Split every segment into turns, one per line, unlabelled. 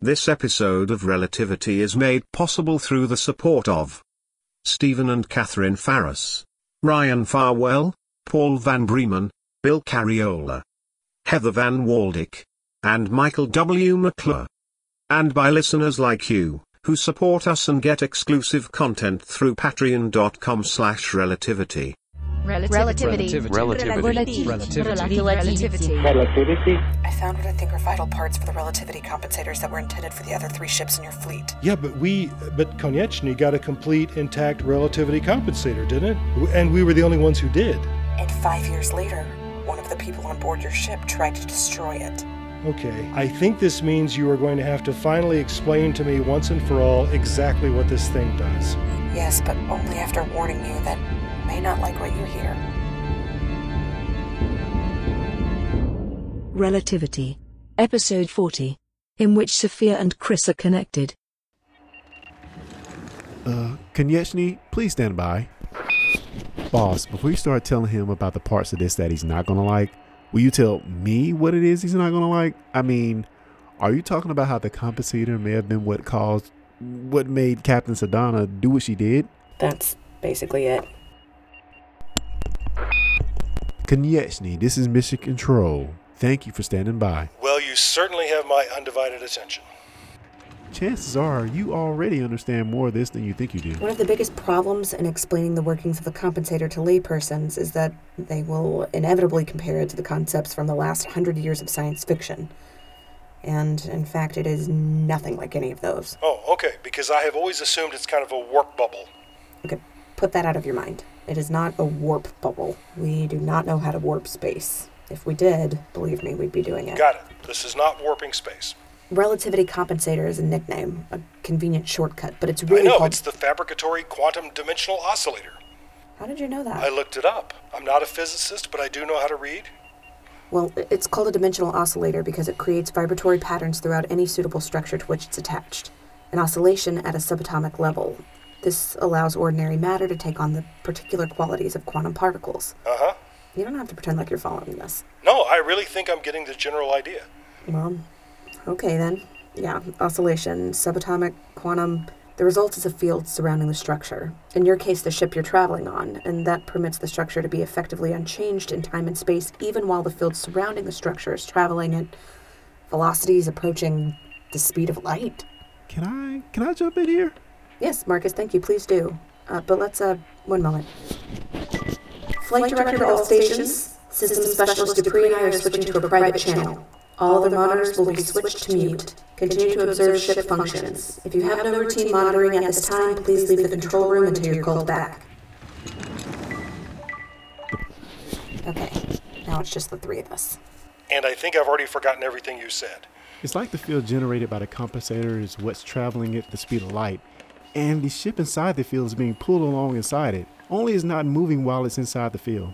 This episode of Relativity is made possible through the support of Stephen and Catherine Farris, Ryan Farwell, Paul Van Bremen, Bill Cariola, Heather Van Waldick, and Michael W. McClure. And by listeners like you, who support us and get exclusive content through patreon.com slash relativity.
Relativity.
Relativity.
Relativity.
Relativity.
I found what I think are vital parts for the relativity compensators that were intended for the other three ships in your fleet.
Yeah, but we, but Konieczny got a complete intact relativity compensator, didn't it? And we were the only ones who did.
And five years later, one of the people on board your ship tried to destroy it.
Okay. I think this means you are going to have to finally explain to me once and for all exactly what this thing does.
Yes, but only after warning you that you may not like what you hear.
Relativity. Episode 40. In which Sophia and Chris are connected.
Uh, Konyechny, please stand by. Boss, before you start telling him about the parts of this that he's not gonna like, will you tell me what it is he's not gonna like? I mean, are you talking about how the compensator may have been what caused, what made Captain Sedana do what she did?
That's basically it.
Konyechny, this is Mission Control. Thank you for standing by.
Well, you certainly have my undivided attention.
Chances are you already understand more of this than you think you do.
One of the biggest problems in explaining the workings of the compensator to laypersons is that they will inevitably compare it to the concepts from the last hundred years of science fiction. And in fact, it is nothing like any of those.
Oh, okay, because I have always assumed it's kind of a work bubble.
Okay, put that out of your mind. It is not a warp bubble. We do not know how to warp space. If we did, believe me, we'd be doing it.
Got it. This is not warping space.
Relativity compensator is a nickname, a convenient shortcut, but it's really called.
the fabricatory quantum dimensional oscillator.
How did you know that?
I looked it up. I'm not a physicist, but I do know how to read.
Well, i- it's called a dimensional oscillator because it creates vibratory patterns throughout any suitable structure to which it's attached, an oscillation at a subatomic level. This allows ordinary matter to take on the particular qualities of quantum particles.
Uh huh.
You don't have to pretend like you're following this.
No, I really think I'm getting the general idea.
Well, okay then. Yeah, oscillation, subatomic, quantum. The result is a field surrounding the structure. In your case, the ship you're traveling on, and that permits the structure to be effectively unchanged in time and space, even while the field surrounding the structure is traveling at velocities approaching the speed of light.
Can I can I jump in here?
Yes, Marcus, thank you. Please do. Uh, but let's, uh, one moment. Flight director to all stations. System specialist Dupree and I are switching to a private channel. All other monitors will be switched to mute. Continue to observe ship functions. If you have no routine monitoring at this time, please leave the control room until you're called back. Okay, now it's just the three of us.
And I think I've already forgotten everything you said.
It's like the field generated by the compensator is what's traveling at the speed of light, and the ship inside the field is being pulled along inside it. Only it's not moving while it's inside the field.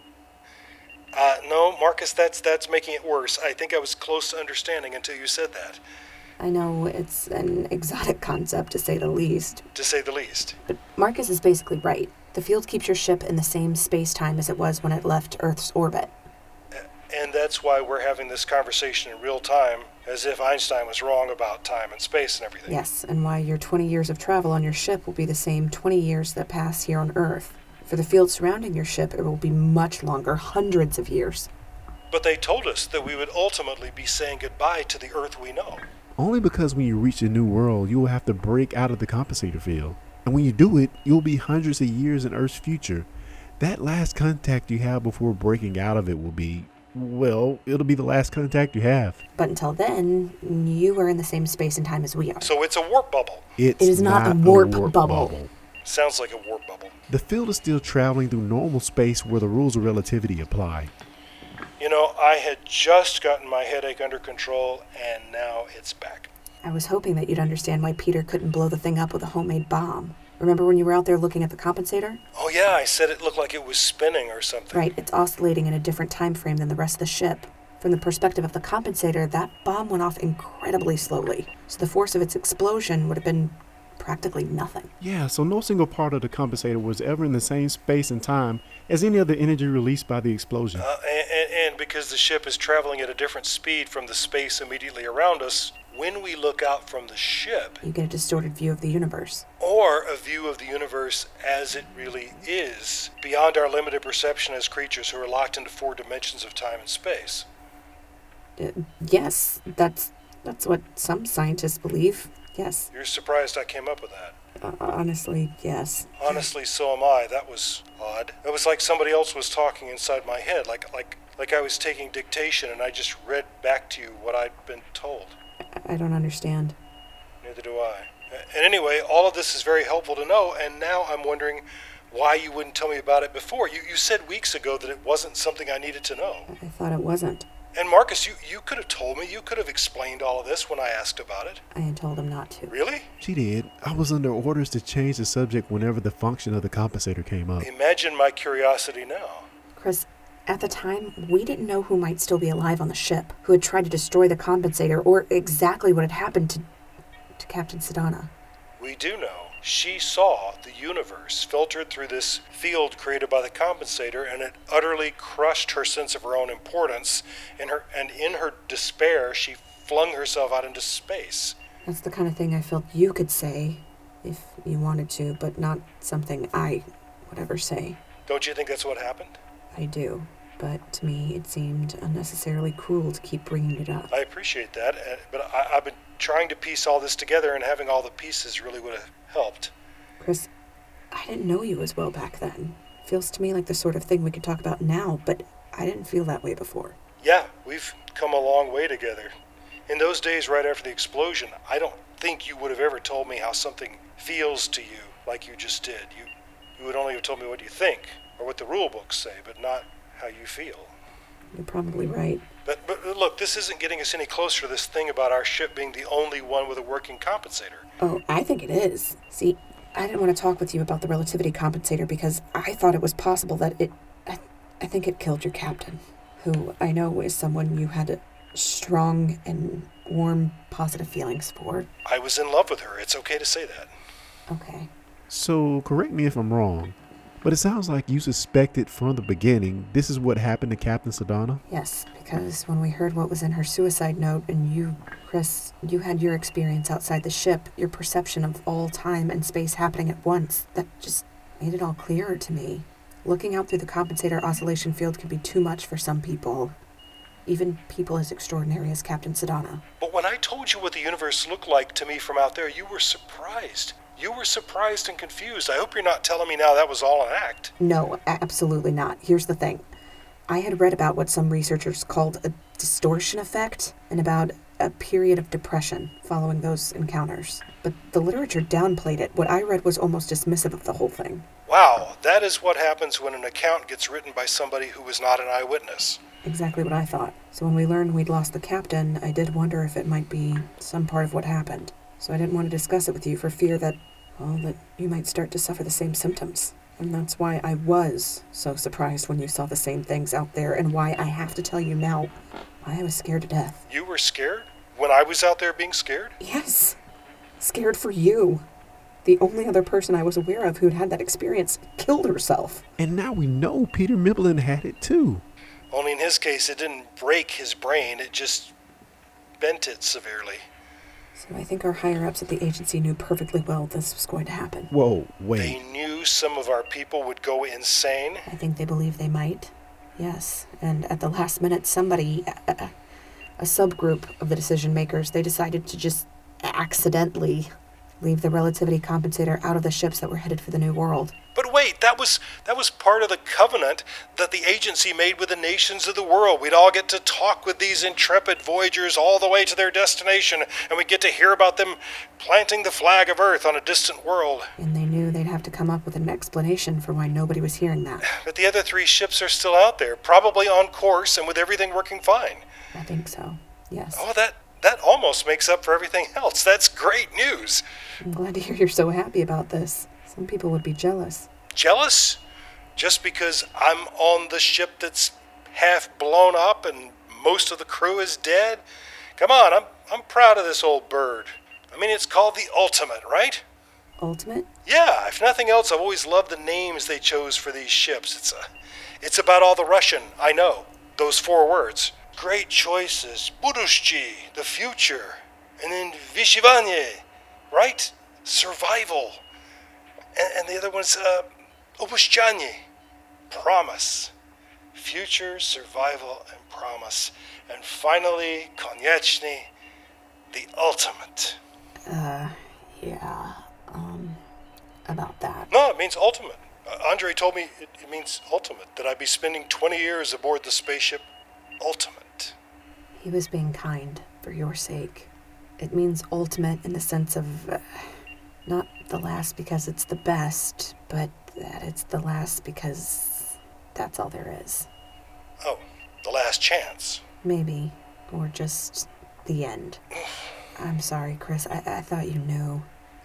Uh, no, Marcus, that's that's making it worse. I think I was close to understanding until you said that,
I know it's an exotic concept to say the least,
to say the least.
But Marcus is basically right. The field keeps your ship in the same space time as it was when it left Earth's orbit.
And that's why we're having this conversation in real time, as if Einstein was wrong about time and space and everything.
Yes, and why your 20 years of travel on your ship will be the same 20 years that pass here on Earth. For the field surrounding your ship, it will be much longer, hundreds of years.
But they told us that we would ultimately be saying goodbye to the Earth we know.
Only because when you reach a new world, you will have to break out of the compensator field. And when you do it, you'll be hundreds of years in Earth's future. That last contact you have before breaking out of it will be, well, it'll be the last contact you have.
But until then, you are in the same space and time as we are.
So it's a warp bubble.
It's
It is not a warp bubble.
Sounds like a warp bubble.
The field is still traveling through normal space where the rules of relativity apply.
You know, I had just gotten my headache under control, and now it's back.
I was hoping that you'd understand why Peter couldn't blow the thing up with a homemade bomb. Remember when you were out there looking at the compensator?
Oh yeah, I said it looked like it was spinning or something.
Right, it's oscillating in a different time frame than the rest of the ship. From the perspective of the compensator, that bomb went off incredibly slowly, so the force of its explosion would have been practically nothing.
Yeah, so no single part of the compensator was ever in the same space and time as any other energy released by the explosion.
Uh, and, and, and because the ship is traveling at a different speed from the space immediately around us, when we look out from the ship,
You get a distorted view of the universe.
or a view of the universe as it really is, beyond our limited perception as creatures who are locked into four dimensions of time and space.
Uh, yes, that's that's what some scientists believe. Yes,
You're surprised I came up with that.
uh, honestly, yes.
Honestly, so am I. That was odd. It was like somebody else was talking inside my head, like like like I was taking dictation and I just read back to you what I'd been told.
I, I don't understand.
Neither do I. And anyway, all of this is very helpful to know, and now I'm wondering why you wouldn't tell me about it before. You, you said weeks ago that it wasn't something I needed to know.
I thought it wasn't.
And Marcus, you, you could have told me, you could have explained all of this when I asked about it.
I had told him not to.
Really?
She did. I was under orders to change the subject whenever the function of the compensator came up.
Imagine my curiosity now.
Chris, at the time, we didn't know who might still be alive on the ship, who had tried to destroy the compensator, or exactly what had happened to to Captain Sedana.
We do know. She saw the universe filtered through this field created by the compensator, and it utterly crushed her sense of her own importance. And, her, and in her despair, she flung herself out into space.
That's the kind of thing I felt you could say if you wanted to, but not something I would ever say.
Don't you think that's what happened?
I do. But to me, it seemed unnecessarily cruel to keep bringing it up.
I appreciate that, uh, but I, I've been trying to piece all this together, and having all the pieces really would have helped.
Chris, I didn't know you as well back then. Feels to me like the sort of thing we could talk about now, but I didn't feel that way before.
Yeah, we've come a long way together. In those days right after the explosion, I don't think you would have ever told me how something feels to you like you just did. You you would only have told me what you think or what the rule books say, but not how you feel.
You're probably right.
But, but but look, this isn't getting us any closer to this thing about our ship being the only one with a working compensator.
Oh, I think it is. See, I didn't want to talk with you about the relativity compensator because I thought it was possible that it. I, I think it killed your captain, who I know is someone you had strong and warm positive feelings for.
I was in love with her. It's okay to say that.
Okay.
So, correct me if I'm wrong, but it sounds like you suspected from the beginning this is what happened to Captain Sedana.
Yes, because when we heard what was in her suicide note, and you, Chris, you had your experience outside the ship, your perception of all time and space happening at once, that just made it all clearer to me. Looking out through the compensator oscillation field can be too much for some people, even people as extraordinary as Captain Sedana.
But when I told you what the universe looked like to me from out there, you were surprised. You were surprised and confused. I hope you're not telling me now that was all an act.
No, a- absolutely not. Here's the thing I had read about what some researchers called a distortion effect and about a period of depression following those encounters. But the literature downplayed it. What I read was almost dismissive of the whole thing.
Wow, that is what happens when an account gets written by somebody who was not an eyewitness.
Exactly what I thought. So when we learned we'd lost the captain, I did wonder if it might be some part of what happened. So I didn't want to discuss it with you for fear that, well, that you might start to suffer the same symptoms. And that's why I was so surprised when you saw the same things out there, and why I have to tell you now why I was scared to death.
You were scared? When I was out there being scared?
Yes, scared for you. The only other person I was aware of who'd had that experience killed herself.
And now we know Peter Miblin had it too.
Only in his case, it didn't break his brain, it just bent it severely.
So I think our higher ups at the agency knew perfectly well this was going to happen.
Whoa,
They
wait.
knew some of our people would go insane.
I think they believe they might. Yes, and at the last minute, somebody, a, a- a subgroup of the decision makers, they decided to just accidentally leave the relativity compensator out of the ships that were headed for the new world.
But wait, that was that was part of the covenant that the agency made with the nations of the world. We'd all get to talk with these intrepid voyagers all the way to their destination, and we'd get to hear about them planting the flag of Earth on a distant world.
And they knew they'd have to come up with an explanation for why nobody was hearing that.
But the other three ships are still out there, probably on course and with everything working fine.
I think so. Yes.
Oh, that that almost makes up for everything else. That's great news.
I'm glad to hear you're so happy about this. Some people would be jealous.
Jealous? Just because I'm on the ship that's half blown up and most of the crew is dead? Come on, I'm I'm proud of this old bird. I mean, it's called the ultimate, right?
Ultimate?
Yeah, if nothing else, I've always loved the names they chose for these ships. It's a, it's about all the Russian, I know. Those four words. Great choices. Budushchi, the future. and then Vishivanye, right? Survival. And, and the other one's uh, Opushchanye, promise. Future, survival, and promise. And finally, Konyechny, the ultimate.
Yeah, um, about that.
No, it means ultimate. Uh, Andre told me it, it means ultimate, that I'd be spending 20 years aboard the spaceship Ultimate.
He was being kind for your sake. It means ultimate in the sense of uh, not the last because it's the best, but that it's the last because that's all there is.
Oh, the last chance.
Maybe, or just the end. I'm sorry, Chris. I, I thought you knew.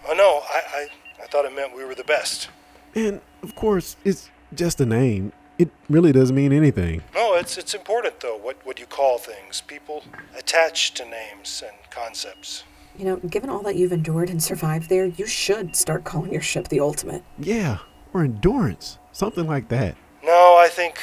Oh, no, I, I, I thought it meant we were the best.
And of course, it's just a name. It really doesn't mean anything.
No, it's, it's important, though, what, what you call things. People attach to names and concepts.
You know, given all that you've endured and survived there, you should start calling your ship the ultimate.
Yeah, or endurance, something like that.
No, I think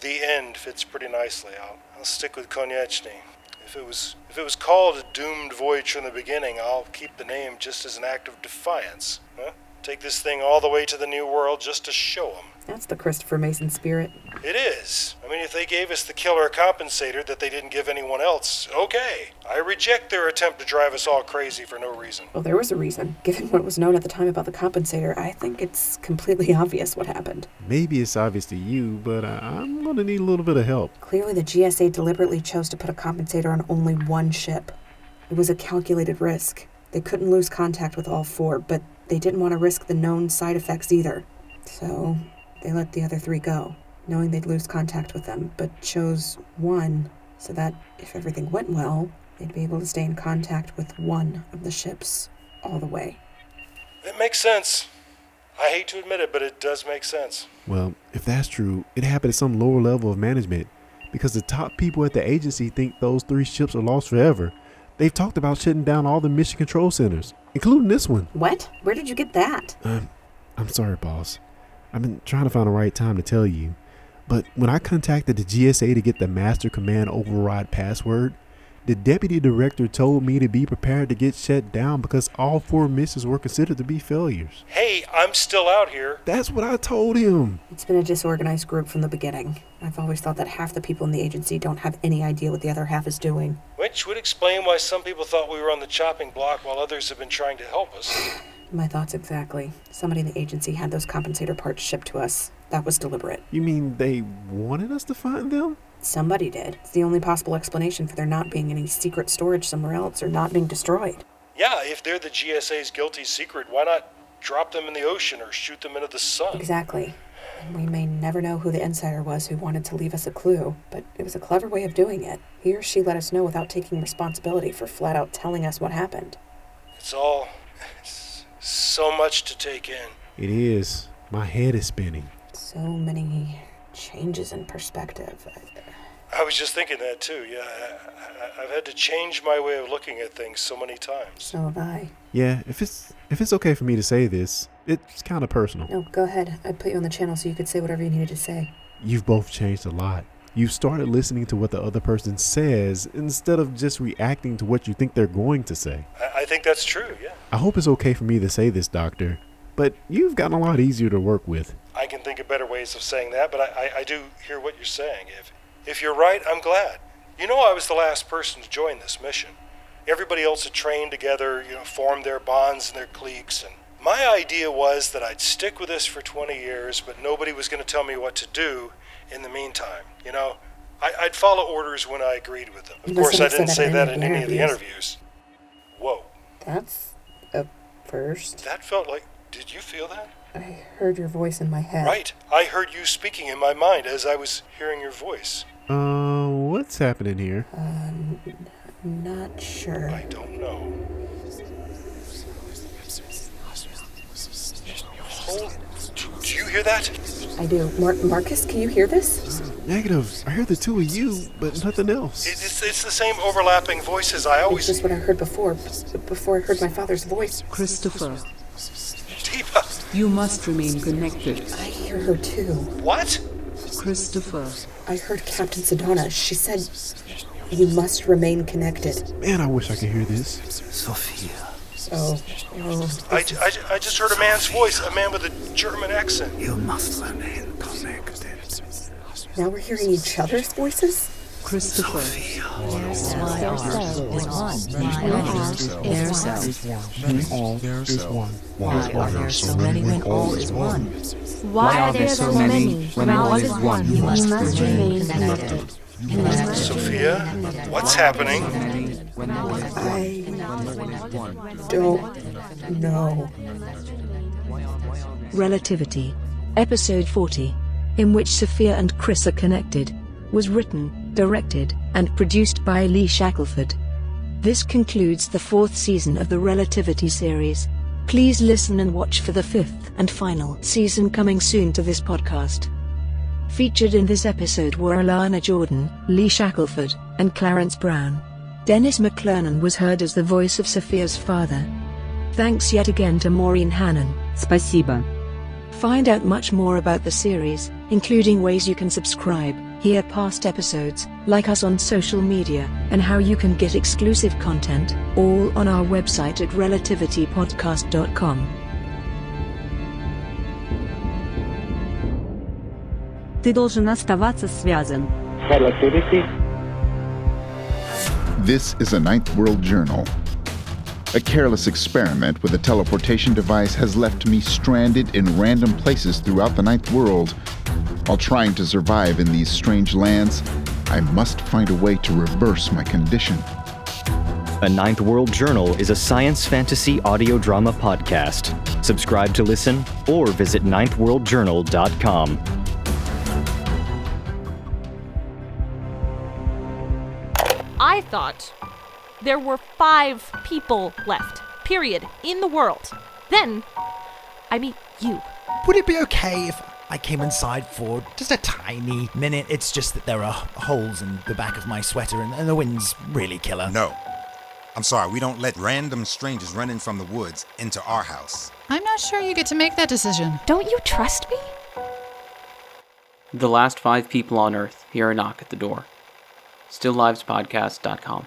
the end fits pretty nicely. I'll, I'll stick with Konyechny. If it was if it was called a doomed voyage from the beginning, I'll keep the name just as an act of defiance. Huh? Take this thing all the way to the new world just to show 'em.
That's the Christopher Mason spirit.
It is. I mean, if they gave us the killer compensator that they didn't give anyone else, okay. I reject their attempt to drive us all crazy for no reason.
Well, there was a reason. Given what was known at the time about the compensator, I think it's completely obvious what happened.
Maybe it's obvious to you, but I- I'm going to need a little bit of help.
Clearly, the GSA deliberately chose to put a compensator on only one ship. It was a calculated risk. They couldn't lose contact with all four, but they didn't want to risk the known side effects either. So, they let the other three go, knowing they'd lose contact with them, but chose one so that if everything went well, they'd be able to stay in contact with one of the ships all the way.
It makes sense. I hate to admit it, but it does make sense.
Well, if that's true, it happened at some lower level of management because the top people at the agency think those three ships are lost forever. They've talked about shutting down all the mission control centers, including this one.
What? Where did you get that?
I'm sorry, boss. I've been trying to find the right time to tell you. But when I contacted the GSA to get the master command override password, the deputy director told me to be prepared to get shut down because all four missions were considered to be failures.
Hey, I'm still out here.
That's what I told him.
It's been a disorganized group from the beginning. I've always thought that half the people in the agency don't have any idea what the other half is doing.
Which would explain why some people thought we were on the chopping block while others have been trying to help us.
My thoughts exactly. Somebody in the agency had those compensator parts shipped to us. That was deliberate.
You mean they wanted us to find them?
Somebody did. It's the only possible explanation for there not being any secret storage somewhere else or not being destroyed.
Yeah, if they're the GSA's guilty secret, why not drop them in the ocean or shoot them into the sun?
Exactly. And we may never know who the insider was who wanted to leave us a clue, but it was a clever way of doing it. He or she let us know without taking responsibility for flat out telling us what happened.
It's all it's so much to take in.
It is. My head is spinning.
So many changes in perspective.
I was just thinking that too. Yeah, I, I, I've had to change my way of looking at things so many times.
So have I.
Yeah, if it's if it's okay for me to say this, it's kind of personal.
No, go ahead. I put you on the channel so you could say whatever you needed to say.
You've both changed a lot. You've started listening to what the other person says instead of just reacting to what you think they're going to say.
I, I think that's true. Yeah,
I hope it's okay for me to say this, doctor, but you've gotten a lot easier to work with.
I can think of better ways of saying that, but I, I, I do hear what you're saying. If if you're right, I'm glad. You know, I was the last person to join this mission. Everybody else had trained together, you know, formed their bonds and their cliques, and my idea was that I'd stick with this for 20 years, but nobody was going to tell me what to do in the meantime. You know, I, I'd follow orders when I agreed with them. Of
You must
course, I
have said
didn't
that
say
in
that
any
in
of
any
the
of the interviews. Whoa,
That's a first.
that felt like. Did you feel that?
I heard your voice in my head.
Right. I heard you speaking in my mind as I was hearing your voice.
Uh, what's happening here?
Uh, Not sure.
I don't know. Hold- do- Do you hear that?
I do. Mar- Marcus, can you hear this?
Negative. I hear the two of you, but nothing
It-
else.
It's, it's the same overlapping voices I
It's
always.
just what I heard before. b- Before I heard my father's voice,
Christopher,
Deepa!
you must remain connected.
I hear her too.
What?
Christopher,
I heard Captain Sedona. She said You must remain connected.
Man, I wish I could hear this.
Sophia,
Oh, oh,
I, ju- I, ju- I just heard a man's voice, a man with a German accent.
you must remain connected.
now we're hearing each other's voices?
Christopher.
All is one.
Why are there so many? When all is one, you must remain connected.
Sophia, what's happening?
I don't know.
Relativity, Episode 40, in which Sophia and Chris are connected, was written, directed, and produced by Lee Shackelford. This concludes the fourth season of the Relativity series. Please listen and watch for the fifth and final season coming soon to this podcast. Featured in this episode were Alana Jordan, Lee Shackelford, and Clarence Brown. Dennis McClernand was heard as the voice of Sophia's father. Thanks yet again to Maureen Hannon.
Спасибо.
Find out much more about the series, including ways you can subscribe, hear past episodes, like us on social media, and how you can get exclusive content, all on our website at relativitypodcast.com.
Ты должен оставаться связан.
Relativity.
This is a Ninth World Journal. A careless experiment with a teleportation device has left me stranded in random places throughout the Ninth World. While trying to survive in these strange lands, I must find a way to reverse my condition.
A Ninth World Journal is a science fantasy audio drama podcast. Subscribe to listen or visit ninthworldjournal.com.
I thought there were five people left, period, in the world. Then, I meet you.
Would it be okay if I came inside for just a tiny minute? It's just that there are holes in the back of my sweater and, and the wind's really killer.
No. I'm sorry, we don't let random strangers running from the woods into our house.
I'm not sure you get to make that decision. Don't you trust me?
The last five people on Earth hear a knock at the door. StillLivesPodcast.com.